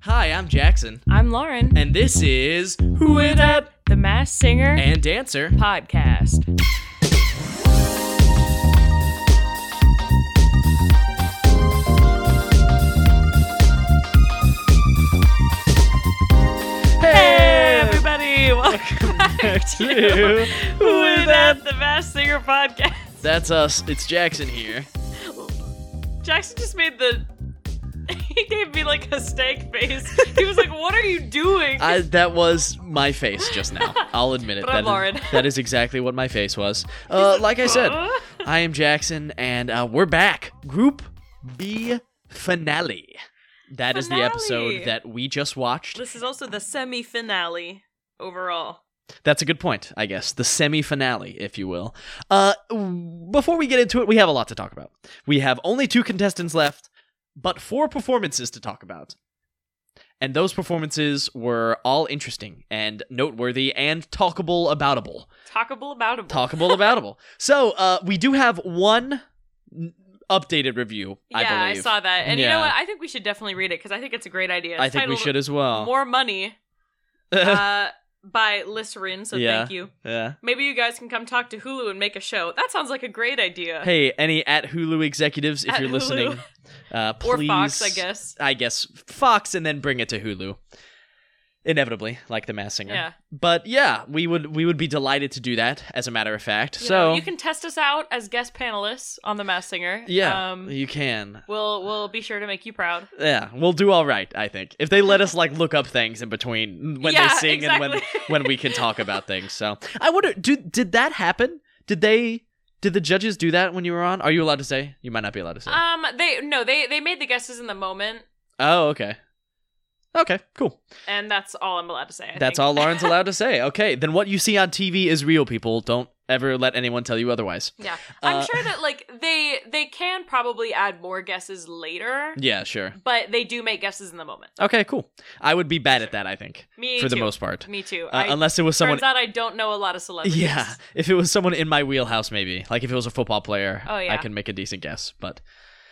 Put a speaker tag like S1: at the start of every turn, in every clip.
S1: Hi, I'm Jackson,
S2: I'm Lauren,
S1: and this is Who It Up
S2: the Mass Singer
S1: and Dancer.
S2: Podcast. Hey, everybody! Welcome back to Who Is That? The Mass Singer Podcast.
S1: That's us. It's Jackson here.
S2: Jackson just made the. He gave me like a stank face. He was like, "What are you doing?"
S1: I, that was my face just now. I'll admit it.
S2: But I'm
S1: That is-
S2: Lauren.
S1: that is exactly what my face was. Uh, like I said, I am Jackson, and uh, we're back. Group B finale. That is the episode
S2: Finale.
S1: that we just watched.
S2: This is also the semi finale overall.
S1: That's a good point, I guess. The semi finale, if you will. Uh, w- before we get into it, we have a lot to talk about. We have only two contestants left, but four performances to talk about. And those performances were all interesting and noteworthy and talkable aboutable.
S2: Talkable about
S1: Talkable aboutable. So uh, we do have one n- updated review, I
S2: Yeah, I,
S1: believe.
S2: saw that. And you
S1: Yeah.
S2: know what? I think we should definitely read it because I think it's a great idea. It's
S1: I think we
S2: titled
S1: should as well.
S2: More Money uh, by Lycerin, so
S1: Yeah.
S2: thank you.
S1: yeah.
S2: Maybe you guys can come talk to Hulu and make a show. That sounds like a great idea.
S1: Hey, any at Hulu executives, if
S2: At
S1: you're
S2: Hulu.
S1: listening, uh,
S2: or
S1: please.
S2: Fox, I guess.
S1: I guess Fox and then bring it to Hulu. Inevitably, like the mass singer.
S2: Yeah.
S1: But yeah, we would we would be delighted to do that, as a matter of fact.
S2: You
S1: so
S2: know, you can test us out as guest panelists on The Mass Singer.
S1: Yeah.
S2: Um,
S1: you can.
S2: we'll we'll be sure to make you proud.
S1: Yeah. We'll do all right, I think. If they let us like look up things in between when
S2: Yeah,
S1: they sing and when
S2: exactly.
S1: when we can talk about things. So I wonder do did that happen? Did they did the judges do that when you were on? Are you allowed to say? You might not be allowed to say.
S2: Um, they no, they they made the guesses in the moment,
S1: oh, okay. Okay, cool.
S2: and that's all I'm allowed to say. I
S1: That's
S2: think.
S1: all Lauren's allowed to say. Okay, then what you see on TV is real, people. Don't ever let anyone tell you otherwise.
S2: Yeah, I'm
S1: Uh,
S2: sure that like they they can probably add more guesses later,
S1: Yeah, sure.
S2: but they do make guesses in the moment.
S1: Okay, cool. I would be bad at that, I think,
S2: Me
S1: for the
S2: too.
S1: most part.
S2: Me too.
S1: Uh,
S2: I,
S1: unless it was someone.
S2: turns out I don't know a lot of celebrities.
S1: Yeah, if it was someone in my wheelhouse, maybe. Like if it was a football player,
S2: Oh, yeah.
S1: I can make a decent guess. But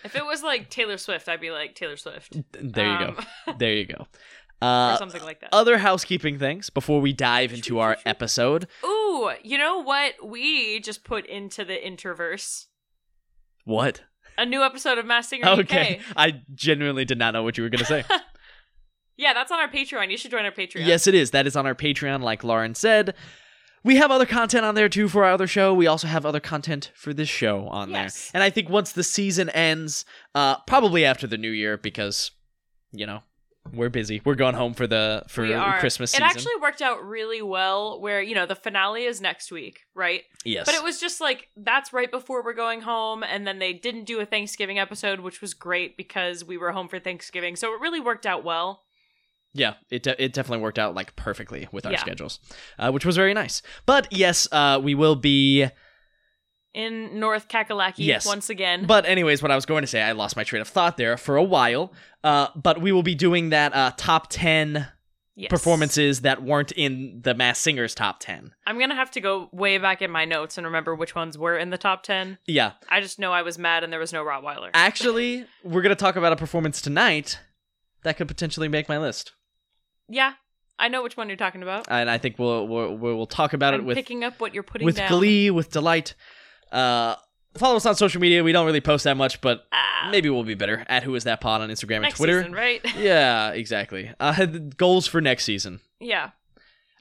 S2: If it was like Taylor Swift, I'd be like Taylor Swift.
S1: th- there you
S2: Um,
S1: go. There you go.
S2: or
S1: Uh,
S2: something like that.
S1: other housekeeping things before we dive into our episode.
S2: Ooh, you know what? We just put into the interverse
S1: What?
S2: a new episode of Mass Singer
S1: Okay,
S2: UK.
S1: I genuinely did not know what you were gonna say.
S2: Yeah, that's on our Patreon. You should join our Patreon.
S1: Yes, it is. That is on our Patreon, like Lauren said. We have other content on there too for our other show. We also have other content for this show on
S2: Yes.
S1: there. And I think once the season ends, uh, probably after the new year, because you know we're busy. We're going home for the for
S2: we are.
S1: Christmas
S2: it
S1: season.
S2: actually worked out really well. Where you know the finale is next week, right?
S1: yes,
S2: But it was just like that's right before we're going home, and then they didn't do a Thanksgiving episode, which was great because we were home for Thanksgiving, so it really worked out well.
S1: Yeah, it de- it definitely worked out like perfectly with our
S2: Yeah.
S1: schedules, uh, which was very nice. But yes, uh, we will be.
S2: in North Kakalaki
S1: Yes.
S2: once again.
S1: But anyways, what I was going to say, I lost my train of thought there for a while. Uh, but we will be doing that uh, top ten
S2: Yes.
S1: performances that weren't in the Mass Singer's top 10.
S2: I'm gonna have to go way back in my notes and remember which ones were in the top ten.
S1: Yeah.
S2: I just know I was mad and there was no Rottweiler.
S1: Actually, we're going to talk about a performance tonight that could potentially make my list.
S2: yeah, I know which one you're talking about.
S1: And I think we'll we'll, we'll talk about
S2: I'm
S1: it with
S2: picking up what you're putting
S1: with
S2: down.
S1: glee, with delight. Uh follow us on social media. We don't really post that much, but
S2: Ah,
S1: maybe we'll be better at who is that pod on Instagram and
S2: next
S1: Twitter.
S2: season, right?
S1: Yeah, exactly. Uh goals for next season.
S2: yeah,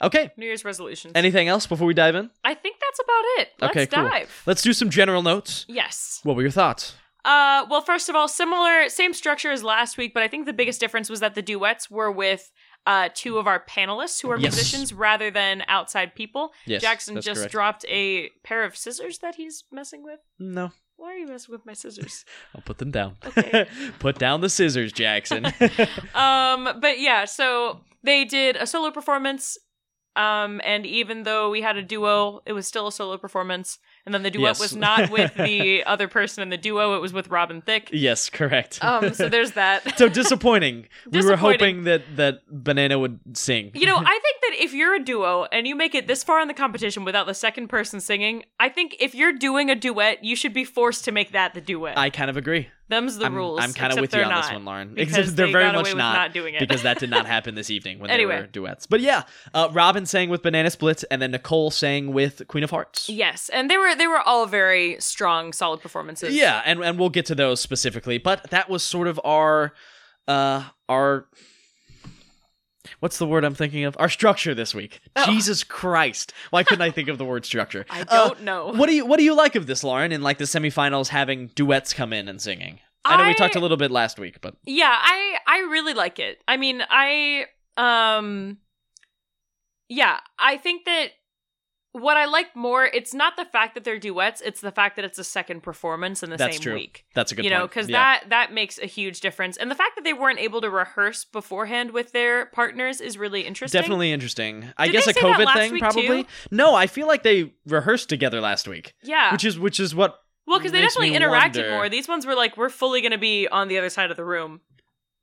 S1: Okay.
S2: New Year's resolutions.
S1: Anything else before we dive in?
S2: I think that's about it. Let's
S1: Okay, cool.
S2: dive.
S1: Let's do some general notes.
S2: Yes.
S1: What were your thoughts?
S2: Uh, well, first of all, similar, same structure as last week, but I think the biggest difference was that the duets were with uh, two of our panelists who are
S1: Yes.
S2: musicians rather than outside people.
S1: Yes.
S2: Jackson
S1: that's
S2: just
S1: correct.
S2: dropped a pair of scissors that he's messing with.
S1: No.
S2: Why are you messing with my scissors?
S1: I'll put them down.
S2: Okay.
S1: put down the scissors, Jackson.
S2: um, but yeah, so they did a solo performance. Um, and even though we had a duo, it was still a solo performance. And then the duet
S1: Yes.
S2: was not with the other person in the duo; it was with Robin Thicke.
S1: yes, correct.
S2: Um, so there's that.
S1: so disappointing. We were
S2: Disappointing.
S1: hoping that that Banana would sing.
S2: You know, I think that if you're a duo and you make it this far in the competition without the second person singing, I think if you're doing a duet, you should be forced to make that the duet.
S1: I kind of agree.
S2: Them's the
S1: I'm,
S2: rules.
S1: I'm kind of
S2: except
S1: with you
S2: they're
S1: on this
S2: not,
S1: one, Lauren.
S2: because
S1: Except they're
S2: they
S1: very
S2: got away
S1: much
S2: with
S1: not,
S2: not doing it.
S1: because that did not happen this evening when
S2: Anyway.
S1: they were duets. But yeah, uh, Robin sang with Banana Splits, and then Nicole sang with Queen of Hearts.
S2: Yes, and they were they were all very strong, solid performances.
S1: Yeah, and and we'll get to those specifically, but that was sort of our uh our what's the word I'm thinking of? Our structure this week.
S2: Oh.
S1: Jesus Christ. Why couldn't I think of the word structure?
S2: I
S1: Uh,
S2: don't know.
S1: what do you what do you like of this, Lauren, in like the semifinals having duets come in and singing? I know we
S2: I-
S1: talked a little bit last week, but
S2: Yeah, I I really like it. I mean, I um yeah, I think that what I like more it's not the fact that they're duets, it's the fact that it's a second performance in the
S1: That's
S2: same
S1: true.
S2: week.
S1: that's a good
S2: you
S1: point.
S2: know, cuz
S1: Yeah.
S2: that that makes a huge difference. And the fact that they weren't able to rehearse beforehand with their partners is really interesting.
S1: Definitely interesting. I
S2: Did
S1: guess
S2: they
S1: a
S2: say that
S1: COVID
S2: last
S1: thing,
S2: week,
S1: probably.
S2: too?
S1: No, I feel like they rehearsed together last week,
S2: Yeah.
S1: which is which is what
S2: well, cuz they
S1: makes
S2: definitely
S1: me
S2: interacted
S1: wonder-
S2: more. These ones were like we're fully going to be on the other side of the room,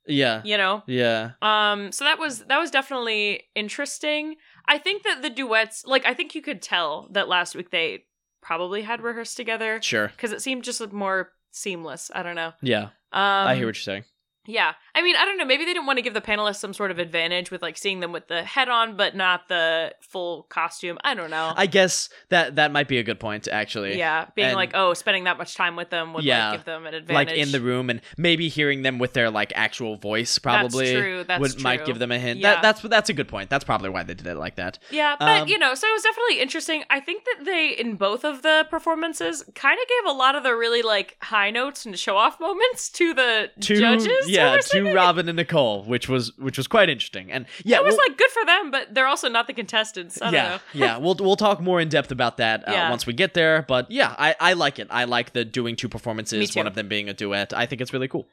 S1: Yeah,
S2: you know?
S1: yeah.
S2: Um, so that was that was definitely interesting. I think that the duets, like I think you could tell that last week they probably had rehearsed together
S1: Sure.
S2: because it seemed just like more seamless. I don't know.
S1: Yeah,
S2: Um,
S1: I hear what you're saying.
S2: Yeah, I mean, I don't know. Maybe they didn't want to give the panelists some sort of advantage with like seeing them with the head on, but not the full costume. I don't know.
S1: I guess that that might be a good point actually.
S2: yeah, being
S1: and-
S2: like, oh, spending that much time with them would
S1: Yeah.
S2: like give them an advantage.
S1: Like in the room and maybe hearing them with their like actual voice probably
S2: true, that's
S1: would might
S2: true.
S1: give them a hint.
S2: Yeah.
S1: That, that's that's a good point. That's probably why they did it like that.
S2: Yeah, but
S1: Um,
S2: you know, so it was definitely interesting. I think that they, in both of the performances, kind of gave a lot of the really like high notes and show off moments to the
S1: To
S2: judges. who
S1: yeah,
S2: were
S1: to
S2: singing.
S1: Robin and Nicole, which was which was quite interesting. And yeah,
S2: It was
S1: we'll-
S2: like good for them, but they're also not the contestants. I don't
S1: yeah,
S2: know.
S1: yeah. We'll we'll talk more in depth about that uh,
S2: Yeah.
S1: once we get there. But yeah, I, I like it. I like the doing two
S2: Me
S1: performances,
S2: too.
S1: one of them being a duet. I think it's really cool.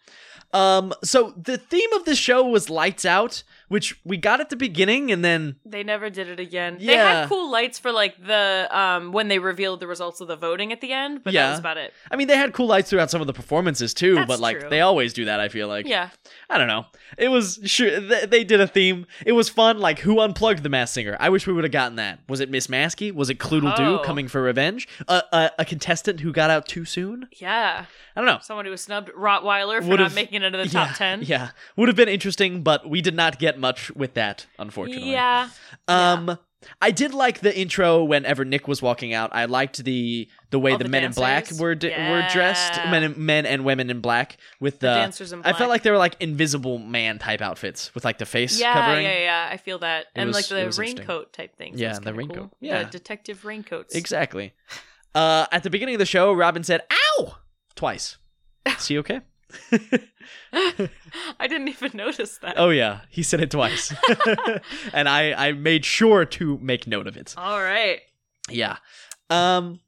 S1: Um, so the theme of this show was lights out, which we got at the beginning, and then
S2: They never did it again. They
S1: Yeah.
S2: had cool lights for like the um when they revealed the results of the voting at the end, but that
S1: Yeah.
S2: was about it.
S1: I mean they had cool lights throughout some of the performances too.
S2: That's
S1: but like
S2: true.
S1: they always do that. I feel like
S2: Yeah.
S1: I don't know. It was sure th- they did a theme. It was fun. Like who unplugged the mass singer? I wish we would have gotten that. Was it Miss Maskey? Was it Cloodle Doo
S2: Oh.
S1: coming for revenge? A, a a contestant who got out too soon?
S2: Yeah.
S1: I don't know.
S2: Someone who was snubbed Rottweiler for not
S1: Would've-
S2: making it into the top
S1: yeah,
S2: ten.
S1: Yeah, would have been interesting, but we did not get much with that, unfortunately.
S2: Yeah.
S1: Um, I did like the intro whenever Nick was walking out. I liked the the way
S2: All
S1: the,
S2: the
S1: men in black
S2: dancers?
S1: were d- were dressed,
S2: Yeah.
S1: men men and women in black with the.
S2: The dancers in
S1: I felt
S2: black.
S1: like they were like invisible man type outfits with like the face
S2: yeah,
S1: covering.
S2: Yeah, yeah, I feel that. and
S1: was-
S2: like
S1: it
S2: the
S1: was interesting.
S2: raincoat type things.
S1: Yeah,
S2: was
S1: the
S2: kinda
S1: raincoat.
S2: cool.
S1: Yeah.
S2: The detective raincoats.
S1: Exactly. Uh, at the beginning of the show, Robin said "ow" twice. Is he okay?
S2: I didn't even notice that.
S1: Oh yeah, he said it twice, and I I made sure to make note of it.
S2: All right.
S1: Yeah. Um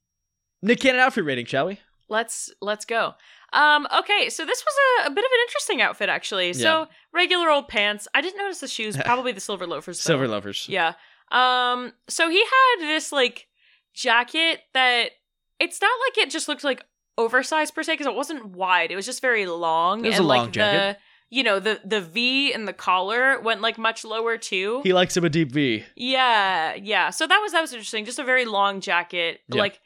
S1: Nick Cannon outfit rating, shall we?
S2: Let's let's go. Um, okay, so this was a, a bit of an interesting outfit actually. So regular old pants. I didn't notice the shoes, probably the silver loafers. though.
S1: Silver Lovers.
S2: Yeah. Um, so he had this like jacket that it's not like it just looked like oversized per se because it wasn't wide. It was just very long.
S1: It was
S2: and
S1: a long
S2: like
S1: jacket.
S2: the you know, the the V and the collar went like much lower too.
S1: He likes him a deep V.
S2: yeah, yeah. So that was that was interesting. Just a very long jacket.
S1: Yeah.
S2: Like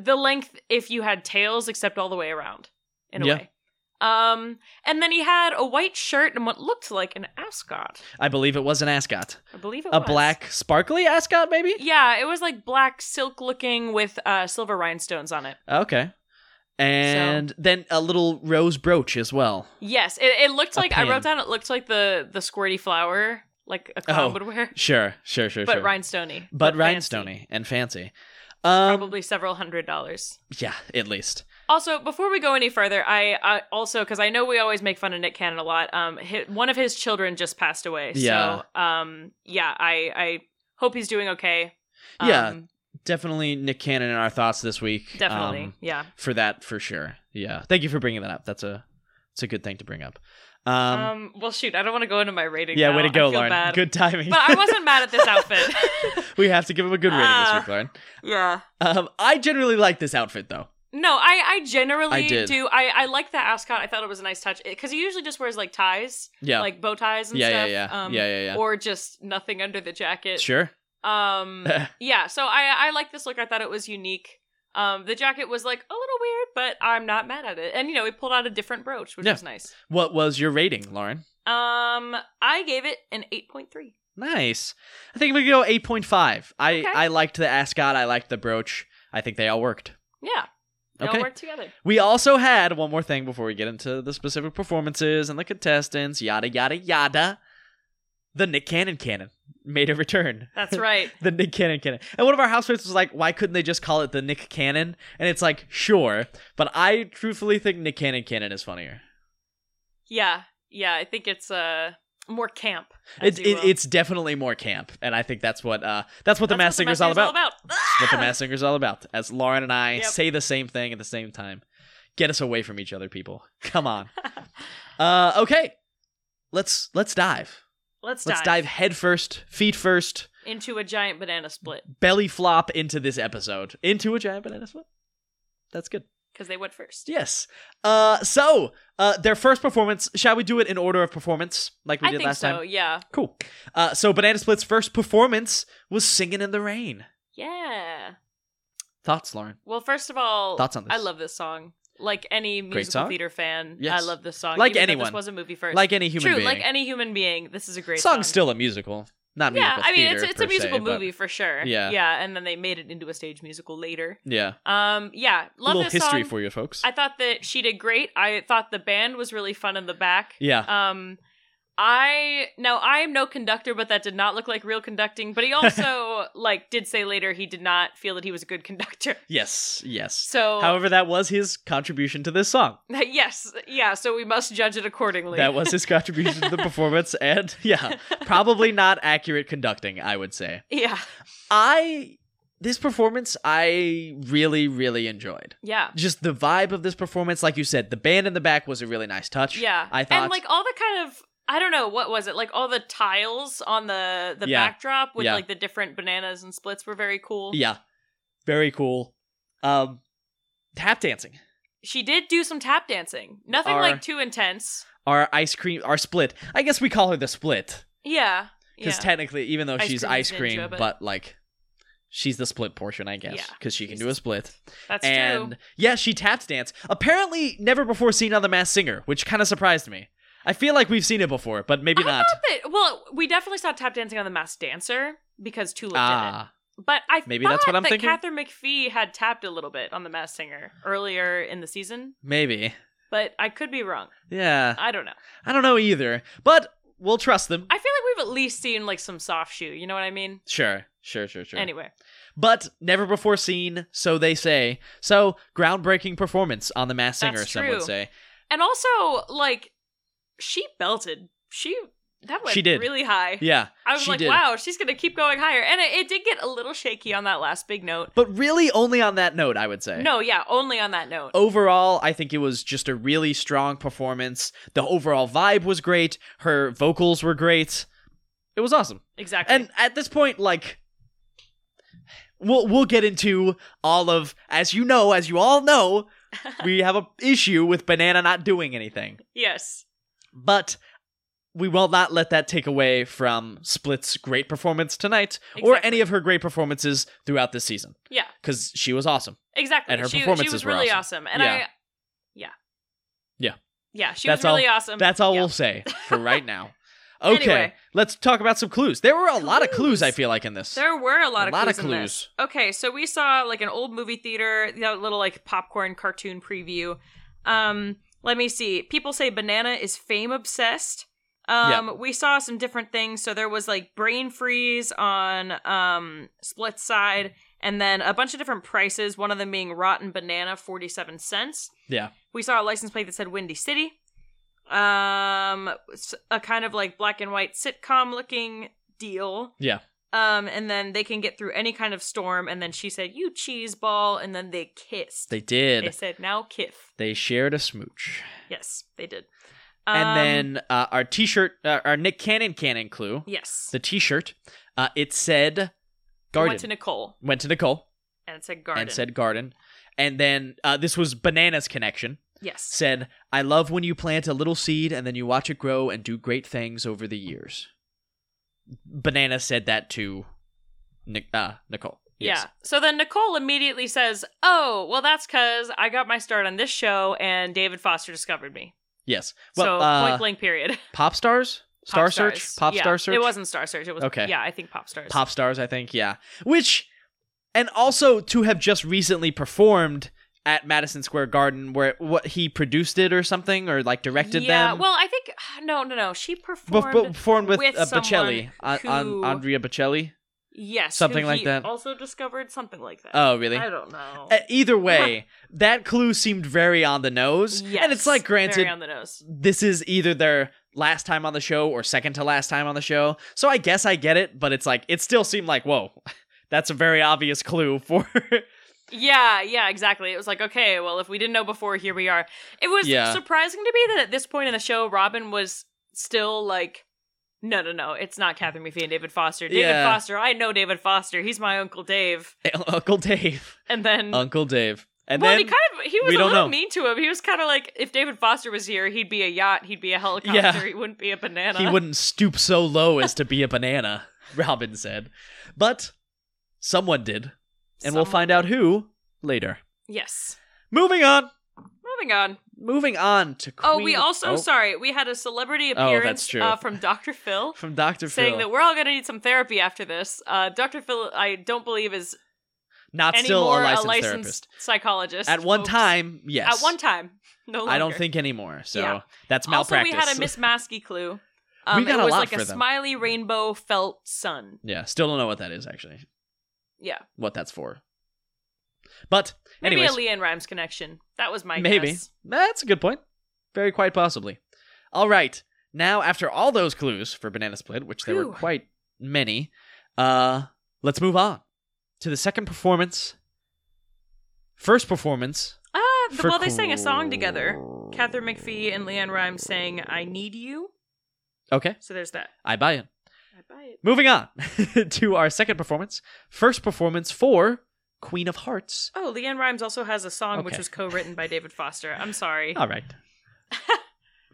S2: the length if you had tails except all the way around in a
S1: Yeah.
S2: way. Um and then he had a white shirt and what looked like an ascot.
S1: I believe it was an ascot.
S2: I believe it
S1: a
S2: was
S1: black sparkly ascot, maybe?
S2: Yeah, it was like black silk looking with uh, silver rhinestones on it.
S1: Okay. And then a little rose brooch as well.
S2: Yes, it, it looked
S1: A
S2: like I
S1: pin.
S2: wrote down. It looked like the the squirty flower, like a clown
S1: Oh,
S2: would wear,
S1: Sure, sure, sure,
S2: but
S1: sure.
S2: rhinestoney.
S1: but
S2: fancy.
S1: rhinestoney and fancy. Um
S2: Probably several hundred dollars.
S1: yeah, at least.
S2: Also, before we go any further, I uh, also because I know we always make fun of Nick Cannon a lot. Um, hi one of his children just passed away.
S1: Yeah.
S2: So, um, yeah, I I hope he's doing okay.
S1: Yeah,
S2: Um,
S1: Definitely Nick Cannon in our thoughts this week.
S2: definitely.
S1: um,
S2: yeah.
S1: for that for sure. Yeah. Thank you for bringing that up. That's a it's a good thing to bring up. Um,
S2: Um, well, shoot, I don't want to go into my rating.
S1: yeah,
S2: now.
S1: way to go,
S2: I feel
S1: Lauren.
S2: bad.
S1: Good timing.
S2: But I wasn't mad at this outfit.
S1: we have to give him a good rating this
S2: Ah.
S1: week, Lauren.
S2: yeah.
S1: Um, I generally like this outfit though.
S2: No, I I generally
S1: I did.
S2: do. I I like the ascot. I thought it was a nice touch because he usually just wears like ties,
S1: Yeah.
S2: like bow ties and
S1: yeah,
S2: stuff.
S1: yeah, yeah,
S2: um,
S1: yeah, yeah, yeah.
S2: Or just nothing under the jacket.
S1: sure.
S2: Um, yeah. So I I like this look. I thought it was unique. Um, the jacket was like a little weird, but I'm not mad at it. And you know, he pulled out a different brooch, which
S1: Yeah.
S2: was nice.
S1: what was your rating, Lauren?
S2: Um, I gave it an eight point three.
S1: Nice. I think we go 8.5. I
S2: Okay.
S1: I liked the ascot, I liked the brooch. I think they all worked.
S2: Yeah, they
S1: Okay.
S2: all worked together.
S1: We also had one more thing before we get into the specific performances and the contestants, yada yada yada. The Nick Cannon cannon made a return.
S2: That's right.
S1: The Nick Cannon cannon. And one of our housemates was like, why couldn't they just call it the Nick Cannon? And it's like, sure. But I truthfully think Nick Cannon cannon is funnier.
S2: yeah, yeah. I think it's uh more camp. as
S1: It,
S2: you
S1: it,
S2: will.
S1: it's definitely more camp. And I think that's what uh that's what the
S2: That's
S1: Mass Singer is all about. That's what the
S2: Ah!
S1: Mass Singer is all about. As Lauren and I
S2: Yep.
S1: say the same thing at the same time. Get us away from each other, people. Come on. Uh, okay, let's let's dive.
S2: Let's,
S1: Let's
S2: dive.
S1: dive head first, feet first,
S2: into a giant banana split
S1: belly flop into this episode, into a giant banana split. That's good.
S2: because they went first.
S1: Yes. Uh, so uh, their first performance. Shall we do it in order of performance, like we
S2: I
S1: did
S2: think
S1: last
S2: so.
S1: time?
S2: Yeah,
S1: Cool. Uh, so banana split's first performance was "Singing in the Rain."
S2: yeah.
S1: Thoughts, Lauren?
S2: Well, first of all,
S1: Thoughts on this?
S2: I love this song. Like any musical
S1: song.
S2: theater fan,
S1: Yes.
S2: I love this song.
S1: Like
S2: even though
S1: anyone.
S2: this was a movie first.
S1: Like any human
S2: true,
S1: being,
S2: like any human being, this is a great
S1: song's
S2: song.
S1: still a musical, not
S2: yeah,
S1: musical
S2: I mean
S1: theater
S2: it's it's a
S1: per
S2: musical
S1: se, but-
S2: movie for sure.
S1: Yeah.
S2: yeah, and then they made it into a stage musical later.
S1: Yeah,
S2: Um, yeah, love
S1: a little
S2: this
S1: history
S2: song.
S1: for you folks.
S2: I thought that she did great. I thought the band was really fun in the back.
S1: yeah,
S2: Um, I now I am no conductor, but that did not look like real conducting. But he also like did say later he did not feel that he was a good conductor.
S1: yes, yes.
S2: So
S1: However, that was his contribution to this song.
S2: yes, yeah. So we must judge it accordingly.
S1: That was his contribution to the performance, and yeah, probably not accurate conducting, I would say.
S2: yeah,
S1: I this performance I really, really enjoyed.
S2: yeah,
S1: Just the vibe of this performance, like you said, the band in the back was a really nice touch.
S2: yeah.
S1: I thought
S2: and like all the kind of I don't know what was it like all the tiles on the the
S1: Yeah.
S2: backdrop with
S1: Yeah.
S2: like the different bananas and splits were very cool.
S1: Yeah. Very cool. Um tap dancing.
S2: She did do some tap dancing. Nothing
S1: Our-
S2: like too intense.
S1: Our ice cream our split. I guess we call her the split.
S2: Yeah. Yeah.
S1: Because technically, even though
S2: Ice
S1: she's
S2: cream
S1: ice
S2: ninja,
S1: cream,
S2: but-
S1: but like she's the split portion, I guess.
S2: Yeah.
S1: Because she can
S2: She's
S1: do
S2: the
S1: a split.
S2: That's
S1: and
S2: true.
S1: yeah, she tapped dance. Apparently, never before seen on The Masked Singer, which kind of surprised me. I feel like we've seen it before, but maybe
S2: I
S1: not.
S2: thought that- well, we definitely saw tap dancing on the Masked Dancer because Tulip did
S1: Ah,
S2: it. But I
S1: maybe
S2: thought
S1: that's what I'm
S2: that
S1: thinking.
S2: Catherine McPhee had tapped a little bit on the Masked Singer earlier in the season,
S1: maybe.
S2: but I could be wrong.
S1: Yeah,
S2: I don't know.
S1: I don't know either, but we'll trust them.
S2: I feel like we've at least seen like some soft shoe. You know what I mean?
S1: Sure, sure, sure, sure.
S2: Anyway,
S1: But never before seen, so they say. So groundbreaking performance on The Masked Singer,
S2: That's
S1: some
S2: true.
S1: would say.
S2: and also like she belted. She that went
S1: She did.
S2: really high.
S1: Yeah,
S2: I was
S1: she
S2: like,
S1: did.
S2: wow, she's gonna keep going higher, and it, it did get a little shaky on that last big note.
S1: But really, only on that note, I would say.
S2: No, yeah, only on that
S1: Oh,
S2: note.
S1: overall, I think it was just a really strong performance. The overall vibe was great. Her vocals were great. It was awesome.
S2: Exactly.
S1: And at this point, like, we'll we'll get into all of as you know, as you all know, we have a issue with Banana not doing anything,
S2: yes.
S1: but. We will not let that take away from Split's great performance tonight or
S2: Exactly.
S1: any of her great performances throughout this season
S2: Yeah.
S1: because she was awesome.
S2: Exactly.
S1: And her
S2: she,
S1: performances
S2: she was
S1: were
S2: really
S1: awesome.
S2: awesome. And
S1: Yeah.
S2: I Yeah.
S1: Yeah.
S2: Yeah, she
S1: That's
S2: was
S1: all-
S2: really awesome.
S1: That's all
S2: Um, Yeah.
S1: we'll say for right now. Okay,
S2: Anyway.
S1: let's talk about some clues. There were a lot of clues.
S2: Clues.
S1: I feel like in this.
S2: There were a lot of clues. in this. Okay, so we saw like an old movie theater, you know, little like popcorn cartoon preview. Um, let me see. People say banana is fame obsessed. Um, we saw some different things. So there was like brain freeze on um split side, and then a bunch of different prices. One of them being rotten banana, forty seven cents.
S1: Yeah.
S2: We saw a license plate that said Windy City. Um, s- a kind of like black and white sitcom looking deal.
S1: Yeah.
S2: Um, and then they can get through any kind of storm. And then she said, "You cheese ball," and then they kissed.
S1: They
S2: They
S1: did.
S2: said, "Now kiff."
S1: They shared a smooch,
S2: Yes, they did. Um,
S1: and then uh, our T-shirt, uh, our Nick Cannon Cannon clue.
S2: yes,
S1: The T-shirt, uh, it said
S2: They
S1: garden.
S2: went to Nicole
S1: Went to Nicole
S2: and said garden.
S1: and said garden, And then uh, this was Banana's connection
S2: Yes.
S1: said, I love when you plant a little seed and then you watch it grow and do great things over the years. Banana said that to Nic- uh, Nicole. Yes.
S2: Yeah. So then Nicole immediately says, "Oh, well, that's because I got my start on this show, and David Foster discovered me."
S1: Yes. Well,
S2: so
S1: uh,
S2: point blank period.
S1: Pop Stars? Star
S2: Pop
S1: Search?
S2: Stars.
S1: Pop
S2: Yeah.
S1: Star Search?
S2: It wasn't Star Search. It was
S1: Okay.
S2: Yeah, I think Pop Stars.
S1: Pop Stars, I think. Yeah. Which, and also to have just recently performed at Madison Square Garden where what he produced it or something or like directed
S2: yeah.
S1: them.
S2: Well, I think no, no, no. She
S1: Bef-
S2: performed.
S1: bef- performed with,
S2: with
S1: uh, Bocelli,
S2: someone
S1: on, on
S2: who-
S1: Andrea Bocelli.
S2: yes, who
S1: something like
S2: he
S1: that.
S2: Also discovered something like that.
S1: Oh, really?
S2: I don't know.
S1: Uh, Either way, that clue seemed very on the nose. and it's like,
S2: Yes,
S1: granted,
S2: very on the nose.
S1: this is either their last time on the show or second to last time on the show. So I guess I get it, but it's like, it still seemed like, whoa, that's a very obvious clue for.
S2: Yeah, yeah, exactly. It was like, okay, well, if we didn't know before, here we are. It was
S1: Yeah.
S2: surprising to me that at this point in the show, Robin was still like, no, no, no, it's not Catherine Murphy and David Foster. David
S1: Yeah.
S2: Foster, I know David Foster. He's my uncle Dave.
S1: Uncle Dave.
S2: And then,
S1: Uncle Dave. Uh, And
S2: Mm. well,
S1: then.
S2: he kind of he was
S1: we
S2: a
S1: don't
S2: little
S1: know.
S2: mean to him. He was kind of like, if David Foster was here, he'd be a yacht, he'd be a helicopter,
S1: Yeah.
S2: he wouldn't be a banana.
S1: He wouldn't stoop so low as to be a banana, Robin said. But someone did, and we'll
S2: Some-
S1: find out who later.
S2: Yes.
S1: Moving on.
S2: Moving on.
S1: Moving on to Queen.
S2: Oh, we also
S1: Oh,
S2: sorry, we had a celebrity
S1: Oh,
S2: appearance
S1: that's true.
S2: Uh, from Dr. Phil.
S1: from Doctor
S2: saying
S1: Phil.
S2: that we're all going to need some therapy after this. Uh, Dr. Phil, I don't believe is
S1: Not still
S2: anymore
S1: a licensed,
S2: a uh, licensed
S1: therapist.
S2: psychologist.
S1: At one
S2: folks.
S1: time, yes.
S2: At one time, no longer.
S1: I don't think anymore. So
S2: Yeah.
S1: that's
S2: Also, we
S1: malpractice.
S2: had a Miss Maskey clue. Um,
S1: got
S2: it
S1: a
S2: was
S1: lot
S2: like
S1: for
S2: a
S1: them.
S2: smiley rainbow felt sun.
S1: yeah, still don't know what that is actually.
S2: Yeah,
S1: What that's for. But
S2: maybe
S1: anyways,
S2: a Leanne Rhymes connection. That was my
S1: Maybe.
S2: guess.
S1: That's a good point. Very quite possibly. All right. Now, after all those clues for Banana Split, which there were
S2: Whew.
S1: quite many, uh, let's move on to the second performance. First performance.
S2: Ah, the,
S1: for
S2: well, they sang a song together.
S1: Qu-
S2: Catherine McPhee and Leanne Rhymes sang "I Need You."
S1: Okay,
S2: So there's that.
S1: I buy it.
S2: I buy it.
S1: Moving on to our second performance. First performance for Queen of Hearts.
S2: Oh, Leanne Rhymes also has a song which
S1: Okay. Oh,
S2: was co-written by David Foster. I'm sorry.
S1: All right.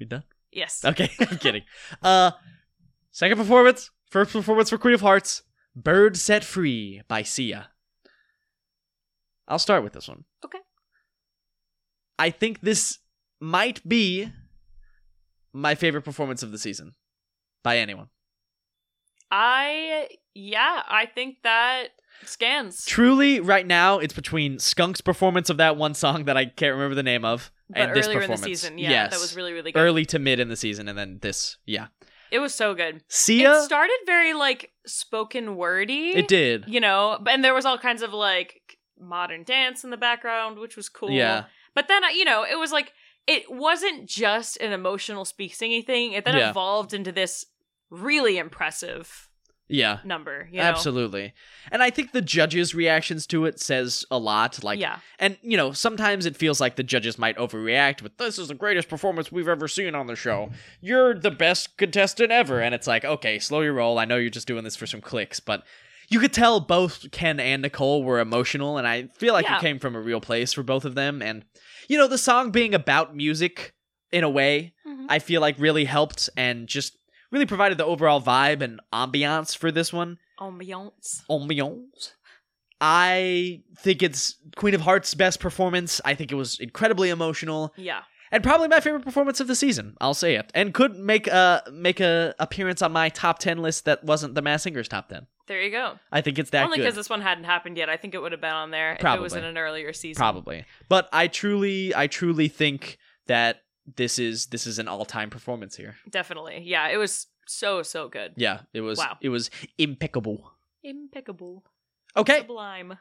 S1: we done?
S2: Yes.
S1: Okay, I'm kidding. Uh, second performance, first performance for Queen of Hearts, "Bird Set Free" by Sia. I'll start with this one.
S2: Okay.
S1: I think this might be my favorite performance of the season by anyone.
S2: I yeah, I think that scans.
S1: Truly, right now, it's between Skunk's performance of that one song that I can't remember the name of,
S2: But
S1: and this
S2: earlier in the
S1: performance.
S2: season, yeah,
S1: yes,
S2: that was really really good.
S1: early to mid in the season, and then this. Yeah,
S2: It was so good.
S1: Sia.
S2: It started very like spoken wordy.
S1: it did.
S2: You know, but- and there was all kinds of like modern dance in the background, which was cool.
S1: Yeah.
S2: But then uh, you know, it was like it wasn't just an emotional speak singy thing. It then
S1: Yeah.
S2: evolved into this really impressive
S1: Yeah.
S2: number. You know?
S1: Absolutely. And I think the judges' reactions to it says a lot. Like
S2: yeah.
S1: and you know, sometimes it feels like the judges might overreact with this is the greatest performance we've ever seen on the show. You're the best contestant ever. And it's like, okay, slow your roll. I know you're just doing this for some clicks, but you could tell both Ken and Nicole were emotional, and I feel like
S2: Yeah.
S1: it came from a real place for both of them. And you know, the song being about music in a way
S2: Mhm.
S1: I feel like really helped and just really provided the overall vibe and ambiance for this one
S2: Ambiance.
S1: ambiance. I think it's Queen of Hearts' best performance. I think it was incredibly emotional
S2: Yeah.
S1: and probably my favorite performance of the season. I'll say it, and could make a make a appearance on my top ten list that wasn't the Mass Singer's top ten.
S2: There you go.
S1: I think it's that
S2: Only
S1: good,
S2: because this one hadn't happened yet. I think it would have been on there if it was
S1: Probably.
S2: in an earlier season.
S1: probably. But I truly, I truly think that this is this is an all time performance here.
S2: Definitely. Yeah, it was so, so good.
S1: Yeah, it was
S2: Wow.
S1: it was impeccable.
S2: Impeccable.
S1: Okay,
S2: Sublime.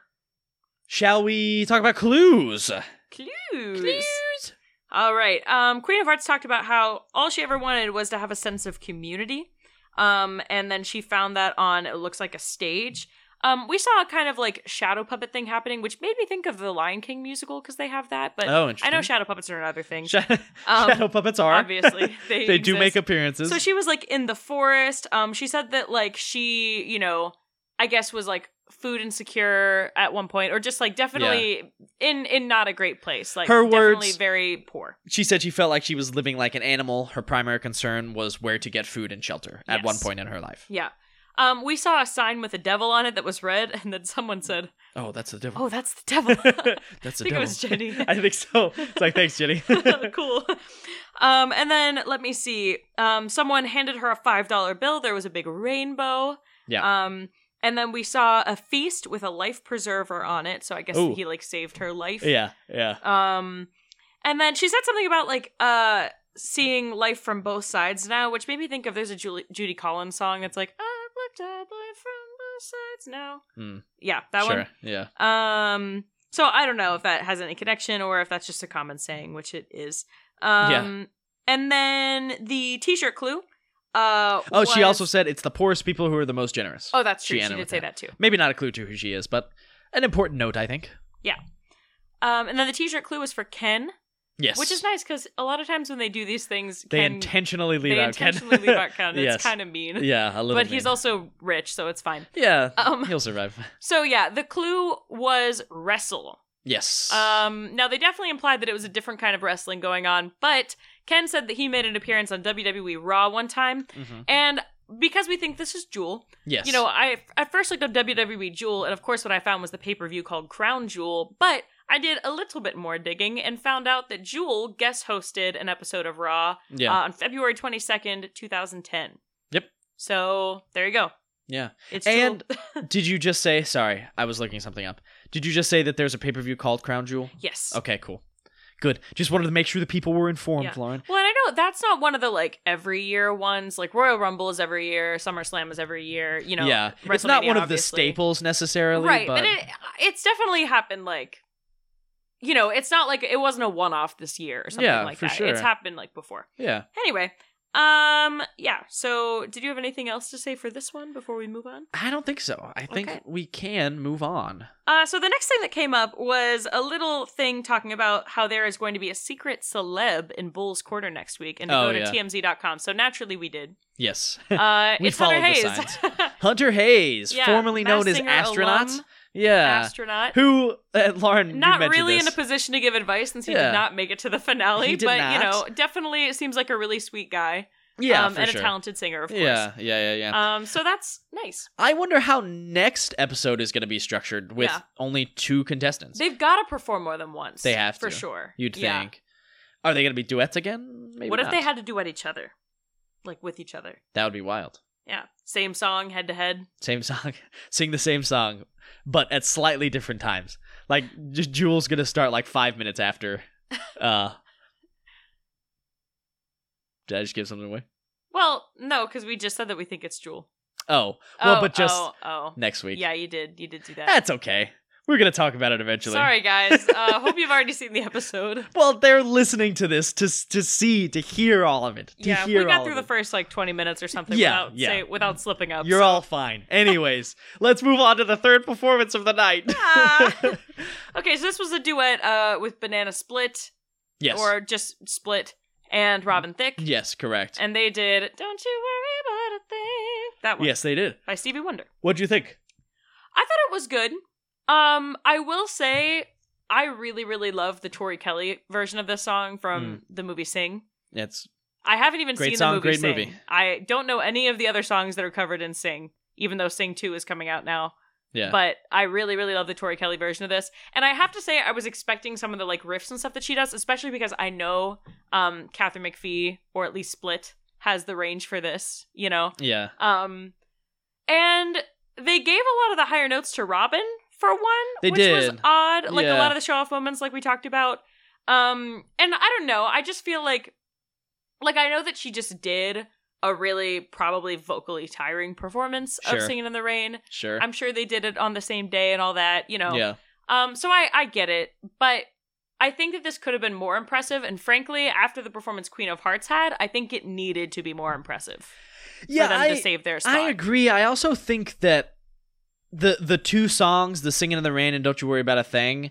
S1: shall we talk about clues?
S2: Clues. All right. Um, Queen of Hearts talked about how all she ever wanted was to have a sense of community. Um, and then she found that on it looks like a stage. Um, we saw a kind of like shadow puppet thing happening, which made me think of the Lion King musical because they have that. But
S1: Oh,
S2: I
S1: interesting.
S2: know shadow puppets are another thing.
S1: Sha-
S2: Um,
S1: shadow puppets are
S2: obviously, they
S1: they do
S2: exist.
S1: make appearances.
S2: So she was like in the forest. Um, she said that like she, you know, I guess was like food insecure at one point, or just like definitely in in not a great place. Like
S1: Her
S2: definitely
S1: words-
S2: very poor.
S1: She said she felt like she was living like an animal. Her primary concern was where to get food and shelter at one
S2: Yes.
S1: point in her life.
S2: Yeah. Um, we saw a sign with a devil on it that was red, and then someone said,
S1: Oh, that's the devil.
S2: "Oh, that's the devil."
S1: that's
S2: I
S1: the
S2: think it
S1: devil.
S2: was Jenny.
S1: I think so. It's like, thanks, Jenny.
S2: cool. Um, and then let me see. Um, someone handed her a five dollar bill. There was a big rainbow.
S1: Yeah.
S2: Um, and then we saw a feast with a life preserver on it. So I guess
S1: Ooh.
S2: he like saved her life.
S1: yeah, yeah.
S2: Um, and then she said something about like uh seeing life from both sides now, which made me think of there's a Julie- Judy Collins song. It's like I've looked at life from both sides now.
S1: Hmm.
S2: Yeah, that
S1: sure.
S2: one.
S1: Yeah.
S2: Um, so I don't know if that has any connection or if that's just a common saying, which it is. Um, And then the T-shirt clue. Uh,
S1: Oh, she
S2: was-
S1: also said it's the poorest people who are the most generous.
S2: Oh, that's true.
S1: she
S2: She,
S1: ended
S2: did
S1: with
S2: say
S1: that.
S2: that too.
S1: Maybe not a clue to who she is, but an important note, I think.
S2: Um, and then the T-shirt clue was for Ken,
S1: Yes.
S2: which is nice because a lot of times when they do these things,
S1: They
S2: Ken,
S1: intentionally leave
S2: they
S1: out Ken.
S2: intentionally leave out Ken. It's
S1: Yes.
S2: kind of mean.
S1: yeah, a little.
S2: But he's
S1: mean.
S2: also rich, so it's fine.
S1: Yeah,
S2: Um,
S1: he'll survive.
S2: So yeah, the clue was wrestle.
S1: Yes.
S2: Um, now they definitely implied that it was a different kind of wrestling going on, but Ken said that he made an appearance on WWE Raw one time,
S1: Mhm.
S2: and because we think this is Jewel,
S1: Yes.
S2: you know, I I first looked up WWE Jewel, and of course, what I found was the pay per view called Crown Jewel, but I did a little bit more digging and found out that Jewel guest hosted an episode of Raw
S1: Yeah.
S2: uh, on February twenty second, two thousand ten.
S1: Yep.
S2: So there you go.
S1: yeah.
S2: It's
S1: And
S2: Jewel.
S1: did you just say? Sorry, I was looking something up. Did you just say that there's a pay per view called Crown Jewel?
S2: yes.
S1: Okay, cool. Good. Just wanted to make sure the people were informed,
S2: Yeah.
S1: Lauren.
S2: Well, and I know that's not one of the like every year ones. Like Royal Rumble is every year, SummerSlam is every year. You know,
S1: yeah, it's not
S2: WrestleMania,
S1: one of the
S2: obviously.
S1: staples necessarily,
S2: right?
S1: But,
S2: But, it, it's definitely happened. Like, you know, it's not like it wasn't a one-off this year or something
S1: Yeah,
S2: like
S1: for
S2: that.
S1: sure.
S2: It's happened like before.
S1: yeah,
S2: Anyway, um, yeah. So, did you have anything else to say for this one before we move on?
S1: I don't think so. I think
S2: Okay.
S1: we can move on.
S2: Uh, so the next thing that came up was a little thing talking about how there is going to be a secret celeb in Bulls Corner next week, and to
S1: Oh,
S2: go to
S1: yeah.
S2: TMZ.com. So naturally, we did.
S1: Yes,
S2: Uh,
S1: We
S2: it's
S1: followed
S2: Hunter
S1: the
S2: Hayes.
S1: signs. Hunter Hayes,
S2: Yeah,
S1: formerly known
S2: Masked
S1: as
S2: Singer
S1: astronaut.
S2: alum,
S1: yeah,
S2: astronaut.
S1: who uh, Lauren? you
S2: not
S1: mentioned
S2: really in a
S1: this.
S2: position to give advice since he
S1: Yeah.
S2: did not make it to the finale,
S1: He did
S2: but you know,
S1: not.
S2: definitely it seems like a really sweet guy.
S1: yeah,
S2: um,
S1: for
S2: and
S1: sure.
S2: a talented singer, of course.
S1: Yeah, yeah, yeah, yeah.
S2: Um, so that's nice.
S1: I wonder how next episode is going to be structured with
S2: Yeah.
S1: only two contestants.
S2: They've got to perform more than once.
S1: They have
S2: for
S1: to.
S2: sure.
S1: You'd
S2: Yeah.
S1: think. Are they going to be duets again? Maybe
S2: what if they
S1: not.
S2: had to duet each other, like with each other?
S1: That would be wild.
S2: Yeah, same song head to head.
S1: Same song, sing the same song, but at slightly different times. Like J- Jules going to start like five minutes after. Uh, did I just give something away?
S2: Well, no, because we just said that we think it's Jewel.
S1: Oh, well,
S2: oh,
S1: but just
S2: oh, oh.
S1: next week.
S2: yeah, you did, you did do that.
S1: that's okay. We're going to talk about it eventually.
S2: Sorry, guys. Uh, hope you've already seen the episode.
S1: Well, they're listening to this to s- to see to hear all of it. To
S2: Yeah,
S1: hear
S2: we got
S1: all
S2: through
S1: of
S2: the
S1: it.
S2: first like 20 minutes or something
S1: Yeah,
S2: without
S1: yeah.
S2: say, without slipping up.
S1: You're
S2: so-
S1: all fine. Anyways, let's move on to the third performance of the night.
S2: Ah. okay, so this was a duet uh with Banana Split
S1: yes.
S2: or just Split and Robin Thicke.
S1: yes, correct.
S2: And they did Don't You Worry About a Thing. That one
S1: yes, they did.
S2: by Stevie Wonder.
S1: What do you think?
S2: I thought it was good. Um I will say I really really love the Tori Kelly version of this song from the movie Sing.
S1: It's
S2: I haven't even
S1: Hmm. Great
S2: seen
S1: song,
S2: the movie
S1: great
S2: Sing.
S1: movie.
S2: I don't know any of the other songs that are covered in Sing, even though Sing 2 is coming out now.
S1: yeah.
S2: But I really, really love the Tori Kelly version of this. And I have to say I was expecting some of the like riffs and stuff that she does, especially because I know um Catherine McPhee, or at least Split, has the range for this, you know?
S1: yeah.
S2: Um and they gave a lot of the higher notes to Robin for one,
S1: They
S2: which was
S1: did.
S2: odd. Like
S1: Yeah.
S2: a lot of the show off moments like we talked about. Um and I don't know, I just feel like like I know that she just did a really probably vocally tiring performance
S1: Sure.
S2: of Singing in the Rain.
S1: Sure.
S2: I'm sure they did it on the same day and all that, you know.
S1: Yeah.
S2: Um so I I get it, but I think that this could have been more impressive and frankly, after the performance Queen of Hearts had, I think it needed to be more impressive
S1: Yeah.
S2: for them
S1: I,
S2: to save their spot.
S1: I agree. I also think that the the two songs, the singing in the rain and don't you worry about a thing,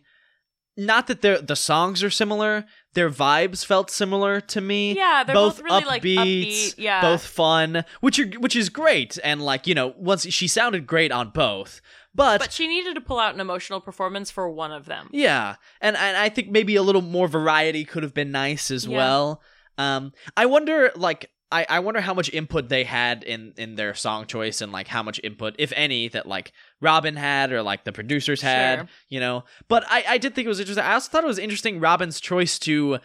S1: not that they're the songs are similar, their vibes felt similar to me.
S2: Yeah, they're both,
S1: both,
S2: really
S1: upbeat,
S2: like upbeat. Yeah.
S1: both fun, which are which is great. And like you know, once she sounded great on both, but,
S2: But she needed to pull out an emotional performance for one of them.
S1: yeah, and and I think maybe a little more variety could have been nice as
S2: Yeah.
S1: well. Um, I wonder like. I, I wonder how much input they had in, in their song choice and like how much input, if any, that like Robin had or like the producers had.
S2: Sure.
S1: you know. But I, I did think it was interesting. I also thought it was interesting Robin's choice to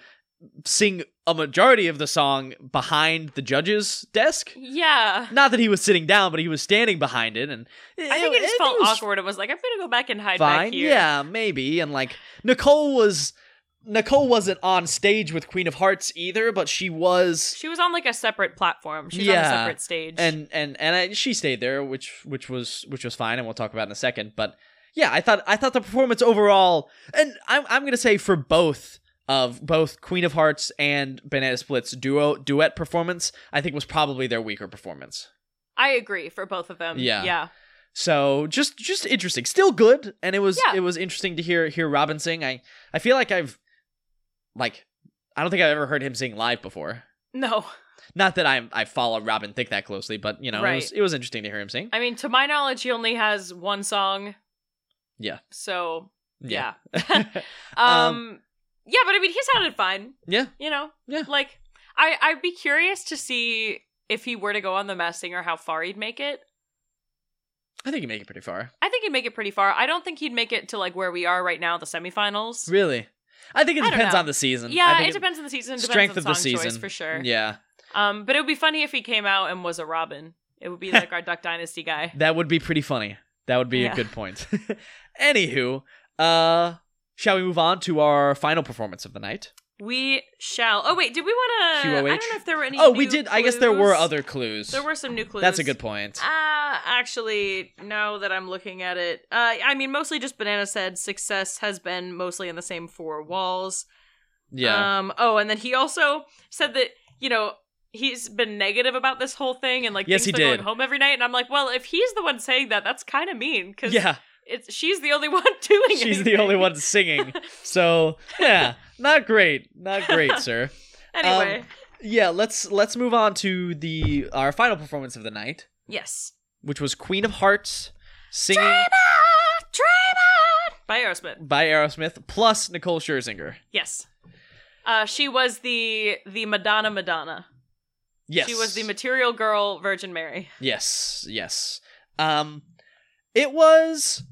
S1: sing a majority of the song behind the judge's desk.
S2: Yeah.
S1: Not that he was sitting down, but he was standing behind it, and
S2: I think it just felt
S1: was
S2: awkward. It was like, I'm gonna go back and hide
S1: Fine,
S2: back here.
S1: yeah, maybe. And like Nicole was, Nicole wasn't on stage with Queen of Hearts either, but she was
S2: She was on like a separate platform. She's on a
S1: Yeah.
S2: separate stage.
S1: and and and I, she stayed there, which which was which was fine, and we'll talk about in a second. But yeah, I thought I thought the performance overall, and I'm I'm gonna say for both of both Queen of Hearts and Banana Splits duo duet performance, I think was probably their weaker performance.
S2: I agree for both of them.
S1: Yeah.
S2: Yeah.
S1: So just just interesting, still good, and it was
S2: Yeah.
S1: it was interesting to hear hear Robin sing. I I feel like I've like I don't think I've ever heard him sing live before.
S2: No.
S1: Not that I I follow Robin Thicke that closely, but you know it was
S2: Right.
S1: it was interesting to hear him sing.
S2: I mean, to my knowledge, he only has one song.
S1: Yeah.
S2: So yeah.
S1: Yeah.
S2: Um,
S1: Um,
S2: Yeah, but I mean he sounded fine.
S1: Yeah.
S2: You know?
S1: Yeah.
S2: Like I, I'd be curious to see if he were to go on the mass singer how far he'd make it.
S1: I think you make it pretty far.
S2: I think he'd make it pretty far. I don't think he'd make it to like where we are right now, the semifinals.
S1: Really? I think it
S2: I don't
S1: depends
S2: know.
S1: on the season. I
S2: Yeah,
S1: think
S2: it depends on the season. Depends
S1: strength
S2: on
S1: of the
S2: song choice
S1: season.
S2: for sure.
S1: Yeah,
S2: Um, but it would be funny if he came out and was a Robin. It would be like our Duck Dynasty guy.
S1: that would be pretty funny. That would be
S2: Yeah.
S1: a good point. Anywho, uh, shall we move on to our final performance of the night?
S2: We shall. Oh wait, did we want to? I don't know
S1: QOH?
S2: if there were any.
S1: oh, we
S2: new
S1: did. I guess there were
S2: clues.
S1: other clues.
S2: There were some new clues.
S1: That's a good point.
S2: Uh, actually, now that I'm looking at it, uh, I mean, mostly just Banana said success has been mostly in the same four walls.
S1: Yeah.
S2: Um. Oh, and then he also said that you know he's been negative about this whole thing and like
S1: Yes,
S2: thinks
S1: he
S2: they're going
S1: did.
S2: home every night. And I'm like, well, if he's the one saying that, that's kind of mean because
S1: yeah.
S2: it's she's the only one doing it.
S1: She's the only one singing. So yeah, not great. Not great, sir.
S2: anyway,
S1: Um, Yeah. Let's let's move on to the our final performance of the night,
S2: yes.
S1: which was Queen of Hearts singing
S2: Dreamer by Aerosmith.
S1: by Aerosmith plus Nicole Scherzinger.
S2: Yes. Uh, she was the the Madonna Madonna.
S1: Yes.
S2: She was the material girl Virgin Mary.
S1: Yes, yes. Um it was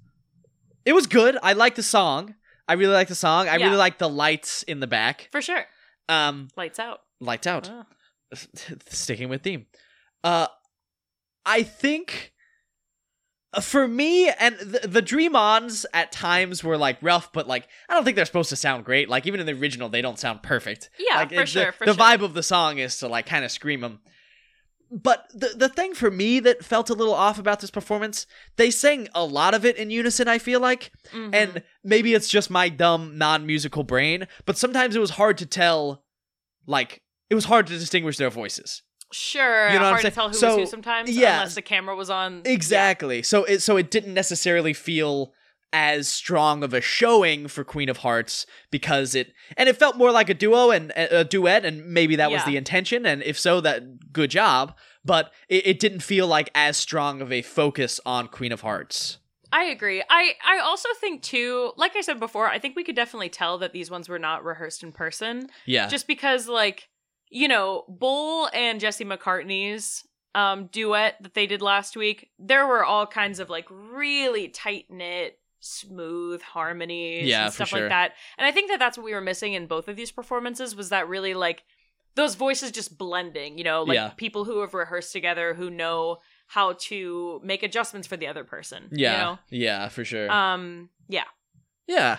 S1: it was good. I like the song. I really like the song. I
S2: Yeah.
S1: really like the lights in the back.
S2: For sure.
S1: Um
S2: Lights out.
S1: lights out.
S2: Oh.
S1: Sticking with theme. Uh I think uh, for me and the, the Dream Ons at times were like rough, but like I don't think they're supposed to sound great. Like even in the original they don't sound perfect.
S2: Yeah,
S1: Like,
S2: for
S1: it's the-
S2: sure. for
S1: the
S2: sure.
S1: vibe of the song is to like kind of scream them. But the the thing for me that felt a little off about this performance, they sang a lot of it in unison. I feel like,
S2: Mhm.
S1: and maybe it's just my dumb non musical brain, but sometimes it was hard to tell, like. It was hard to distinguish their voices.
S2: sure,
S1: you know what I'm
S2: hard to
S1: saying?
S2: tell who
S1: So,
S2: was who sometimes,
S1: yeah.
S2: unless the camera was on.
S1: Exactly. So it so it didn't necessarily feel as strong of a showing for Queen of Hearts because it and it felt more like a duo and a a duet and maybe that was
S2: Yeah.
S1: the intention and if so that good job but it, it didn't feel like as strong of a focus on Queen of Hearts.
S2: I agree. I I also think too, like I said before, I think we could definitely tell that these ones were not rehearsed in person.
S1: Yeah.
S2: just because like you know bull and jesse mccartney's um duet that they did last week there were all kinds of like really tight knit smooth harmonies
S1: Yeah,
S2: and
S1: for
S2: stuff
S1: sure.
S2: like that and i think that that's what we were missing in both of these performances was that really like those voices just blending you know like
S1: Yeah.
S2: people who have rehearsed together who know how to make adjustments for the other person
S1: yeah. Yeah, for
S2: you
S1: sure.
S2: know um yeah
S1: yeah.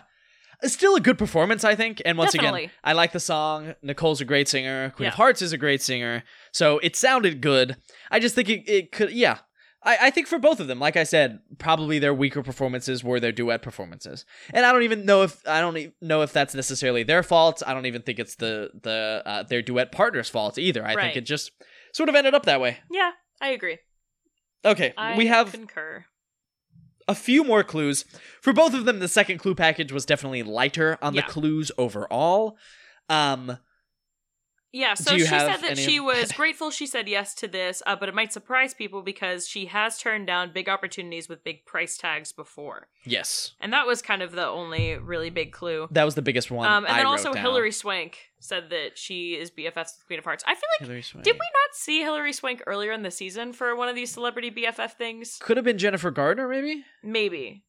S1: It's still a good performance, I think. And once
S2: definitely
S1: again, I like the song. Nicole's a great singer. Queen of
S2: Yeah.
S1: Hearts is a great singer. So it sounded good. I just think it, it could, yeah. I, I think for both of them, like I said, probably their weaker performances were their duet performances. And I don't even know if I don't e- know if that's necessarily their fault. I don't even think it's the the uh, their duet partner's fault either. I
S2: Right.
S1: think it just sort of ended up that way.
S2: yeah i agree
S1: Okay,
S2: I
S1: we have
S2: concur
S1: a few more clues. For both of them, the second clue package was definitely lighter on
S2: Yeah.
S1: the clues overall. Um,
S2: Yeah, so
S1: Do you
S2: she
S1: have
S2: said that
S1: any-
S2: she was grateful she said yes to this, uh, but it might surprise people because she has turned down big opportunities with big price tags before.
S1: yes,
S2: And that was kind of the only really big clue.
S1: that was the biggest one.
S2: Um, and
S1: I
S2: then
S1: wrote
S2: also
S1: down.
S2: Hillary Swank said that she is BFFs with Queen of Hearts. I feel like,
S1: Hillary Swank.
S2: did we not see Hillary Swank earlier in the season for one of these celebrity BFF things?
S1: Could have been Jennifer Gardner, maybe.
S2: Maybe.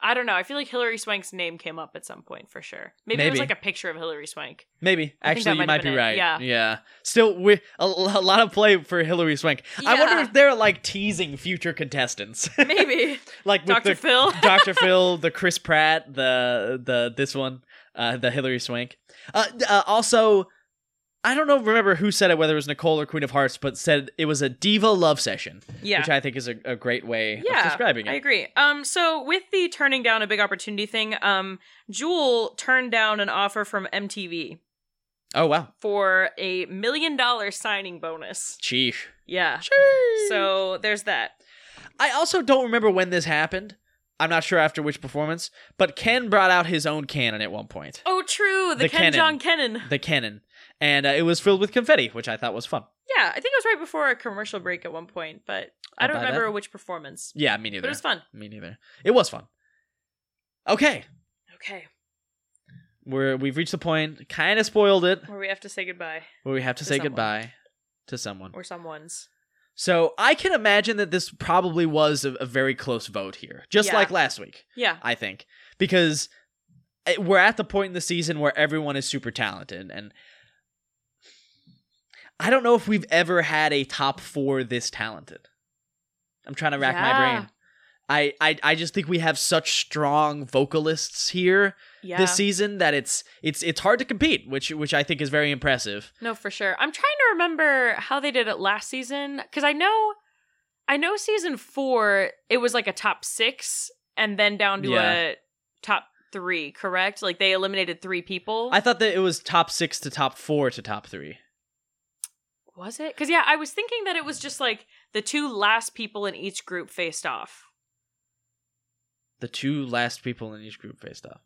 S2: I don't know. I feel like Hillary Swank's name came up at some point for sure. Maybe, there was
S1: Maybe.
S2: like a picture of Hillary Swank.
S1: Maybe
S2: I think that
S1: actually, you
S2: might
S1: might
S2: have
S1: be
S2: been it.
S1: right.
S2: Yeah.
S1: yeah. Still, we a, l- a lot of play for Hillary Swank. I wonder
S2: Yeah.
S1: if they're like teasing future contestants,
S2: Maybe.
S1: like with
S2: Dr.
S1: the
S2: Phil.
S1: Dr. Phil, the Chris Pratt, the the this one, uh, the Hillary Swank. Uh, d- uh, also, I don't know. Remember who said it? Whether it was Nicole or Queen of Hearts, but said it was a diva love session,
S2: yeah.
S1: which I think is a, a great way
S2: Yeah,
S1: of describing it.
S2: I agree. Um, so with the turning down a big opportunity thing, um, Jewel turned down an offer from MTV
S1: oh wow,
S2: for a million dollar signing bonus.
S1: sheesh.
S2: Yeah. So there's that.
S1: I also don't remember when this happened. I'm not sure after which performance, but Ken brought out his own cannon at one point,
S2: Oh, true. The,
S1: The
S2: Ken
S1: Kenan.
S2: John Kennan.
S1: the cannon, and uh, it was filled with confetti, which I thought was fun.
S2: Yeah, I think it was right before a commercial break at one point, but I
S1: I'll
S2: don't
S1: buy
S2: remember
S1: that.
S2: which performance.
S1: Yeah, me
S2: But it
S1: neither.
S2: was fun.
S1: me neither. It was fun. Okay,
S2: Okay,
S1: we're we've reached the point, kind of spoiled it,
S2: where we have to say goodbye
S1: where we have to,
S2: To
S1: say
S2: someone.
S1: goodbye to someone.
S2: or someone's.
S1: So I can imagine that this probably was a, a very close vote here, just
S2: Yeah.
S1: like last week.
S2: Yeah.
S1: I think because it- we're at the point in the season where everyone is super talented, and I don't know if we've ever had a top four this talented. I'm trying to rack my
S2: Yeah.
S1: brain. I, I I just think we have such strong vocalists here
S2: Yeah.
S1: this season that it's it's it's hard to compete, which which I think is very impressive.
S2: No, for sure. I'm trying to remember how they did it last season because I know, I know season four it was like a top six and then down to
S1: Yeah.
S2: a top three. Correct? Like they eliminated three people.
S1: I thought that it was top six to top four to top three.
S2: was it? Because yeah, I was thinking that it was just like the two last people in each group faced off.
S1: The two last people in each group faced off.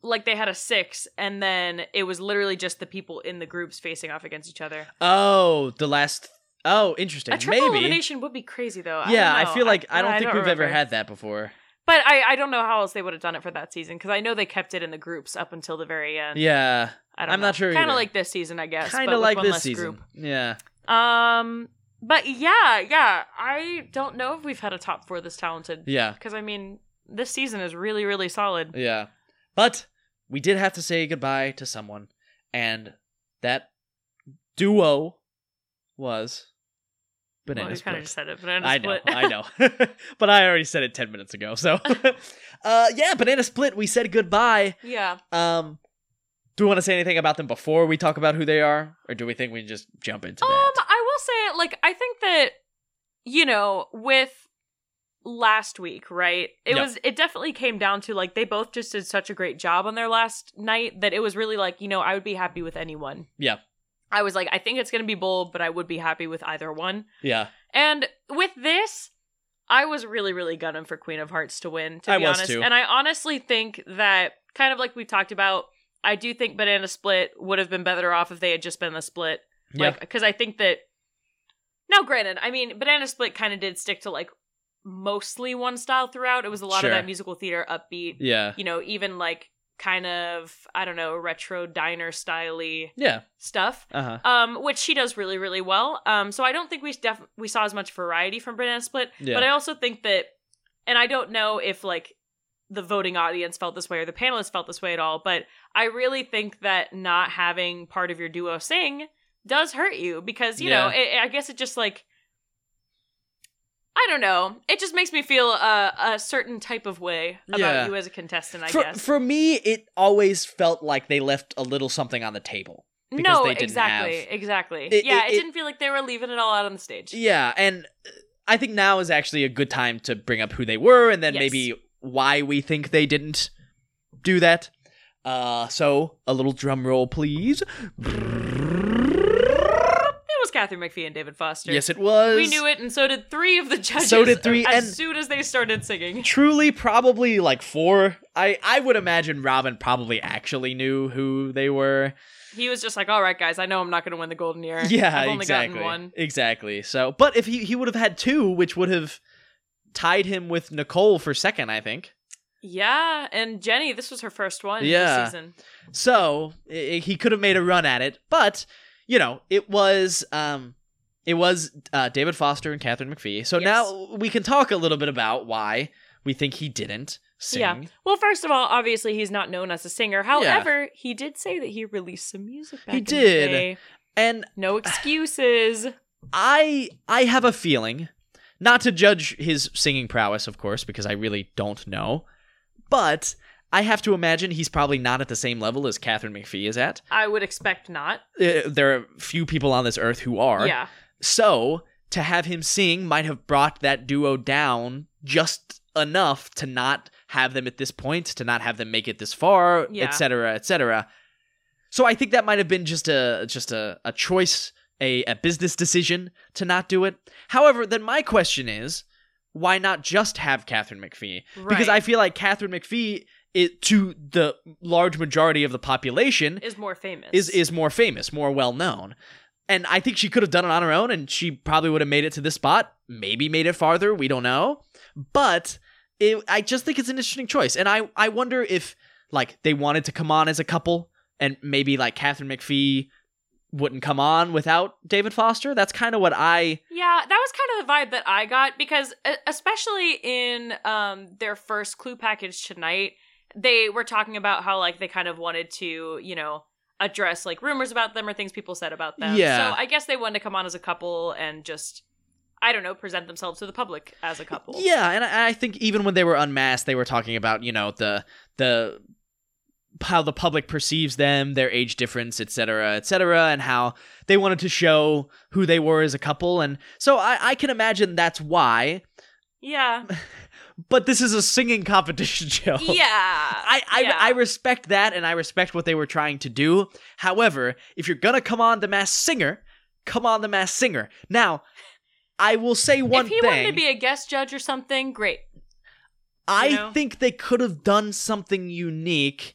S2: Like they had a six, and then it was literally just the people in the groups facing off against each other.
S1: Oh, the last. Oh, interesting.
S2: A triple
S1: Maybe.
S2: elimination would be crazy, though.
S1: yeah, I
S2: I, don't know.
S1: feel like I, don't think we've ever
S2: remember.
S1: had that before.
S2: But I, I don't know how else they would have done it for that season because I know they kept it in the groups up until the very end.
S1: Yeah,
S2: I don't
S1: I'm not sure
S2: Kind
S1: either.
S2: of like this season, I guess.
S1: kind
S2: but
S1: of
S2: with
S1: like
S2: one
S1: this
S2: less
S1: season. Yeah,
S2: Group. Um, but yeah, yeah. I don't know if we've had a top four this talented
S1: yeah,
S2: because I mean this season is really, really solid.
S1: yeah. But we did have to say goodbye to someone, and that duo was
S2: well,
S1: banana
S2: we kind
S1: split.
S2: of just said it, banana
S1: I know,
S2: split.
S1: I know, but I already said it ten minutes ago. So, uh, yeah, banana split. We said goodbye.
S2: yeah.
S1: Um, do we want to say anything about them before we talk about who they are, or do we think we just jump into
S2: Um,
S1: that?
S2: I will say, like, I think that you know, with last week, right? It
S1: Yep.
S2: was it definitely came down to like they both just did such a great job on their last night that it was really like you know I would be happy with anyone.
S1: Yeah.
S2: I was like, I think it's gonna be bold, but I would be happy with either one.
S1: Yeah,
S2: And with this, I was really, really gunning for Queen of Hearts to win, to
S1: I
S2: be
S1: was
S2: honest.
S1: too.
S2: And I honestly think that, kind of like we talked about, I do think Banana Split would have been better off if they had just been the split.
S1: yeah,
S2: Like, because I think that. Now, granted, I mean, Banana Split kind of did stick to like mostly one style throughout. It was a lot
S1: Sure.
S2: of that musical theater upbeat,
S1: yeah,
S2: you know, even like kind of, I don't know, retro diner style
S1: yeah.
S2: stuff
S1: Uh huh.
S2: um, which she does really, really well. Um, so I don't think we def- we saw as much variety from Banana Split,
S1: Yeah.
S2: but I also think that, and I don't know if like the voting audience felt this way or the panelists felt this way at all, but I really think that not having part of your duo sing does hurt you because you know
S1: Yeah.
S2: it, I guess it just like I don't know it just makes me feel a, a certain type of way about
S1: Yeah.
S2: you as a contestant. I
S1: for,
S2: guess
S1: for me, it always felt like they left a little something on the table. because
S2: no,
S1: they didn't have-
S2: exactly, exactly.
S1: It-
S2: yeah,
S1: it-
S2: it,
S1: it-
S2: didn't feel like they were leaving it all out on the stage.
S1: Yeah, and uh, I think now is actually a good time to bring up who they were and then
S2: Yes.
S1: maybe why we think they didn't do that. Uh, so a little drum roll, please.
S2: It was kind Catherine McPhee and David Foster.
S1: Yes, it was.
S2: We knew it, and so did three of the judges.
S1: So did three,
S2: as
S1: and-
S2: soon as they started singing.
S1: Truly, probably like four. I I would imagine Robin probably actually knew who they were.
S2: He was just like, "All right, guys, I know I'm not going to win the golden ear.
S1: Yeah,
S2: Eh, I've only
S1: exactly.
S2: gotten one."
S1: Exactly. So, but if he he would have had two, which would have tied him with Nicole for second, I think.
S2: Yeah, and Jenny, this was her first one.
S1: Yeah.
S2: this season.
S1: So i i- he could have made a run at it, but you know, it was um, it was uh, David Foster and Catherine McPhee. So
S2: Yes.
S1: now we can talk a little bit about why we think he didn't sing.
S2: Yeah. Well, first of all, obviously he's not known as a singer. However, he did say that he released some music. Back
S1: He
S2: in the
S1: did.
S2: day.
S1: And
S2: No excuses.
S1: I I have a feeling, not to judge his singing prowess, of course, because I really don't know, but I have to imagine he's probably not at the same level as Catherine McPhee is at.
S2: I would expect not.
S1: Uh, there are few people on this earth who are.
S2: Yeah.
S1: So to have him sing might have brought that duo down just enough to not have them at this point, to not have them make it this far,
S2: Yeah.
S1: et cetera, et cetera. So I think that might have been just a just a, a choice, a, a business decision to not do it. However, then my question is, why not just have Catherine McPhee?
S2: Right.
S1: Because I feel like Catherine McPhee it, to the large majority of the population
S2: is more famous.
S1: is is more famous, more well known. And I think she could have done it on her own and she probably would have made it to this spot, maybe made it farther, we don't know. But it, I just think it's an interesting choice. And I I wonder if like they wanted to come on as a couple and maybe like Catherine McPhee wouldn't come on without David Foster. That's kind of what I
S2: Yeah, that was kind of the vibe that I got because e- especially in um their first clue package tonight, they were talking about how like they kind of wanted to, you know, address like rumors about them or things people said about them.
S1: Yeah.
S2: So I guess they wanted to come on as a couple and just I don't know, present themselves to the public as a couple.
S1: Yeah, and I, I think even when they were unmasked, they were talking about you know the the how the public perceives them, their age difference, et cetera, et cetera, and how they wanted to show who they were as a couple, and so I, I can imagine that's why.
S2: Yeah.
S1: But this is a singing competition show.
S2: yeah.
S1: I, I,
S2: Yeah.
S1: I respect that and I respect what they were trying to do. However, if you're gonna come on the mass singer, come on the mass singer. Now, I will say one
S2: if he
S1: thing.
S2: wanted to be a guest judge or something, great.
S1: I
S2: know?
S1: think they could have done something unique,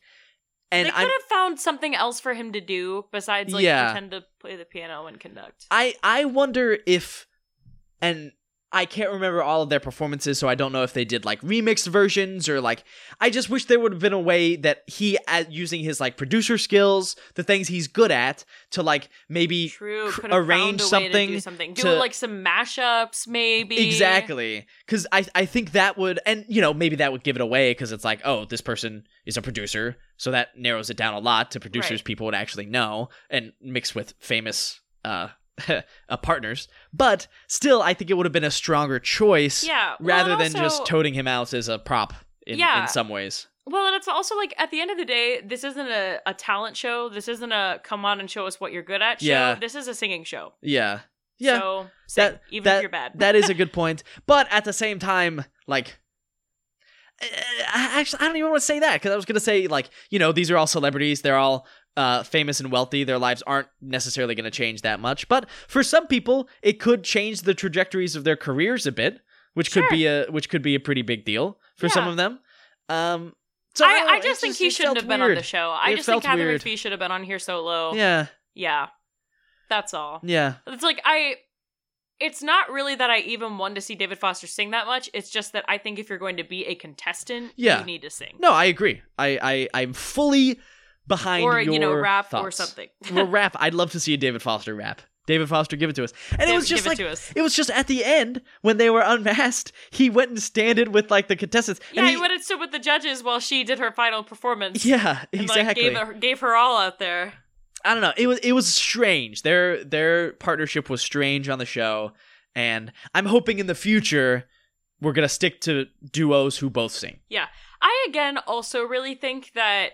S1: and
S2: they could
S1: I'm,
S2: have found something else for him to do besides like
S1: Yeah.
S2: pretend to play the piano and conduct.
S1: I I wonder if, and I can't remember all of their performances, so I don't know if they did like remixed versions or like. I just wish there would have been a way that he, at using his like producer skills, the things he's good at, to like maybe
S2: True.
S1: cr-
S2: Could have
S1: arrange
S2: found a way to
S1: something
S2: do something. Do
S1: to-
S2: like some mashups, maybe.
S1: Exactly. Because I, I think that would, and you know, maybe that would give it away because it's like, oh, this person is a producer. So that narrows it down a lot to producers
S2: Right.
S1: people would actually know and mixed with famous uh, uh, partners. But still, I think it would have been a stronger choice
S2: Yeah. well,
S1: rather
S2: and
S1: than just
S2: also-
S1: toting him out as a prop in,
S2: Yeah.
S1: in some ways.
S2: well, and it's also like at the end of the day, this isn't a, a talent show. This isn't a come on and show us what you're good at show.
S1: Yeah.
S2: This is a singing show.
S1: Yeah. Yeah.
S2: So sing,
S1: That-
S2: even
S1: that-
S2: if you're bad.
S1: that is a good point. But at the same time, like, uh, actually, I don't even want to say that because I was going to say, like, you know, these are all celebrities. They're all uh, famous and wealthy. Their lives aren't necessarily going to change that much. But for some people, it could change the trajectories of their careers a bit, which could
S2: Sure.
S1: be a which could be a pretty big deal for some
S2: Yeah.
S1: of them. Um, so
S2: I,
S1: don't
S2: I
S1: know,
S2: just
S1: it
S2: think
S1: it
S2: he shouldn't
S1: felt
S2: have been on
S1: weird.
S2: the show. I
S1: It
S2: just
S1: felt
S2: think Catherine
S1: weird.
S2: McPhee should have been on here solo.
S1: Yeah,
S2: Yeah. That's all.
S1: yeah,
S2: It's like I it's not really that I even want to see David Foster sing that much. It's just that I think if you're going to be a contestant,
S1: Yeah.
S2: you need to sing.
S1: no, I agree. I, I I'm fully behind
S2: or
S1: your
S2: you know, rap or
S1: thoughts.
S2: something.
S1: well, rap. I'd love to see a David Foster rap. David Foster, give it to us. And it was
S2: Give
S1: just like
S2: it to us.
S1: it was just at the end when they were unmasked, he went and standed with like the contestants.
S2: Yeah,
S1: and
S2: he, would have stood with the judges while she did her final performance.
S1: Yeah,
S2: and,
S1: exactly.
S2: Like, gave, her, gave her all out there.
S1: I don't know. It was it was strange. Their their partnership was strange on the show, and I'm hoping in the future we're gonna stick to duos who both sing.
S2: I again also really think that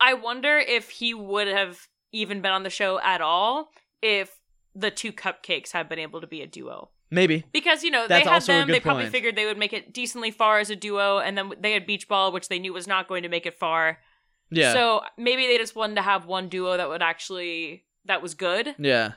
S2: I wonder if he would have even been on the show at all if the two cupcakes had been able to be a duo.
S1: Maybe.
S2: Because you know
S1: That's
S2: they had
S1: also a
S2: them,
S1: good
S2: they probably
S1: point.
S2: figured they would make it decently far as a duo, and then they had beach ball, which they knew was not going to make it far.
S1: Yeah.
S2: So maybe they just wanted to have one duo that would actually that was good,
S1: yeah.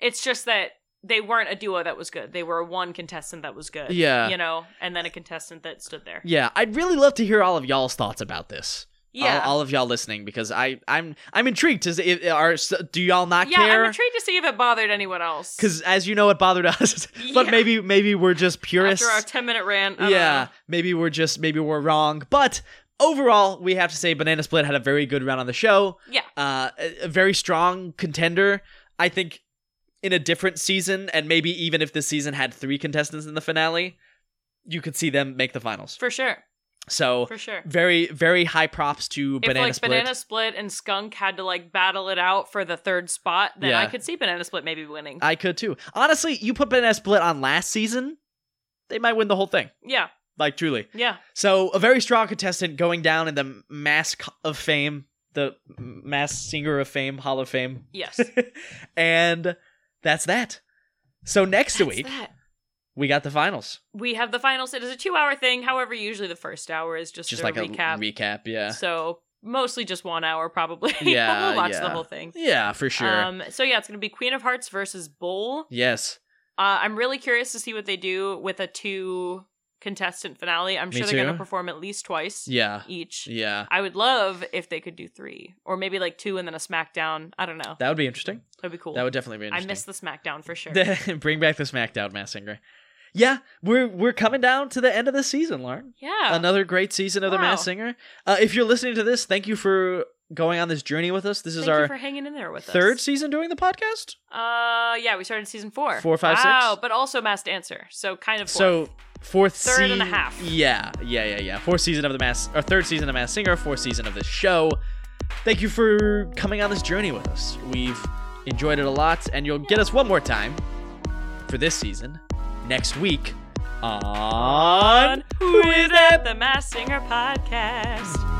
S2: It's just that they weren't a duo that was good. They were one contestant that was good.
S1: Yeah.
S2: You know, and then a contestant that stood there.
S1: Yeah, I'd really love to hear all of y'all's thoughts about this.
S2: Yeah.
S1: all, all of y'all listening because I I'm I'm intrigued. Is it, are do y'all not
S2: yeah,
S1: care?
S2: I'm intrigued to see if it bothered anyone else.
S1: Because as you know, it bothered us. but
S2: Yeah.
S1: maybe maybe we're just purists.
S2: after our 10 minute rant, I don't
S1: yeah, maybe we're just maybe we're wrong. But overall, we have to say Banana Split had a very good round on the show.
S2: know. yeah,
S1: Uh, a, a very strong contender. I think in a different season, and maybe even if this season had three contestants in the finale, you could see them make the finals.
S2: for sure,
S1: So
S2: for sure.
S1: very very high props to
S2: if
S1: Banana
S2: like
S1: Split.
S2: Banana Split and Skunk had to like battle it out for the third spot, then
S1: Yeah.
S2: I could see Banana Split maybe winning.
S1: I could too. Honestly, you put Banana Split on last season, they might win the whole thing.
S2: yeah,
S1: Like truly.
S2: yeah,
S1: So a very strong contestant going down in the Mask of Fame, the Mass Singer of Fame, Hall of Fame,
S2: yes.
S1: and that's that. So next
S2: That's
S1: week
S2: that.
S1: we got the finals,
S2: We have the finals. It is a two hour thing. However, usually the first hour is just,
S1: just
S2: a
S1: like
S2: recap.
S1: a recap. Yeah,
S2: So mostly just one hour probably.
S1: Yeah,
S2: we'll watch
S1: yeah.
S2: the whole thing.
S1: yeah, for sure.
S2: Um, so yeah, it's gonna be Queen of Hearts versus Bull.
S1: yes,
S2: Uh, I'm really curious to see what they do with a two contestant finale. I'm
S1: Me
S2: sure they're going
S1: too.
S2: to perform at least twice
S1: yeah,
S2: each.
S1: yeah.
S2: I would love if they could do three or maybe like two and then a SmackDown. I don't know.
S1: That would be interesting.
S2: That'd be cool.
S1: That would definitely be
S2: I
S1: interesting.
S2: miss the SmackDown for sure.
S1: Bring back the SmackDown Mass Singer. Yeah, we're we're coming down to the end of the season, Lauren.
S2: yeah.
S1: another great season of the
S2: Wow.
S1: Mass Singer. Uh, if you're listening to this, thank you for going on this journey with us. This is
S2: Thank
S1: our
S2: you for hanging in there with
S1: third
S2: us.
S1: season doing the podcast.
S2: Uh, yeah, we started season four.
S1: Four, five, six?
S2: Wow, but also Masked Answer. So kind of.
S1: So fourth,
S2: Third and a
S1: sea-
S2: half.
S1: Yeah, yeah, yeah, yeah. Fourth season of the Mass, or third season of Mass Singer, fourth season of this show. Thank you for coming on this journey with us. We've enjoyed it a lot, and you'll get us one more time for this season next week on
S2: Who is that? The Masked Singer podcast.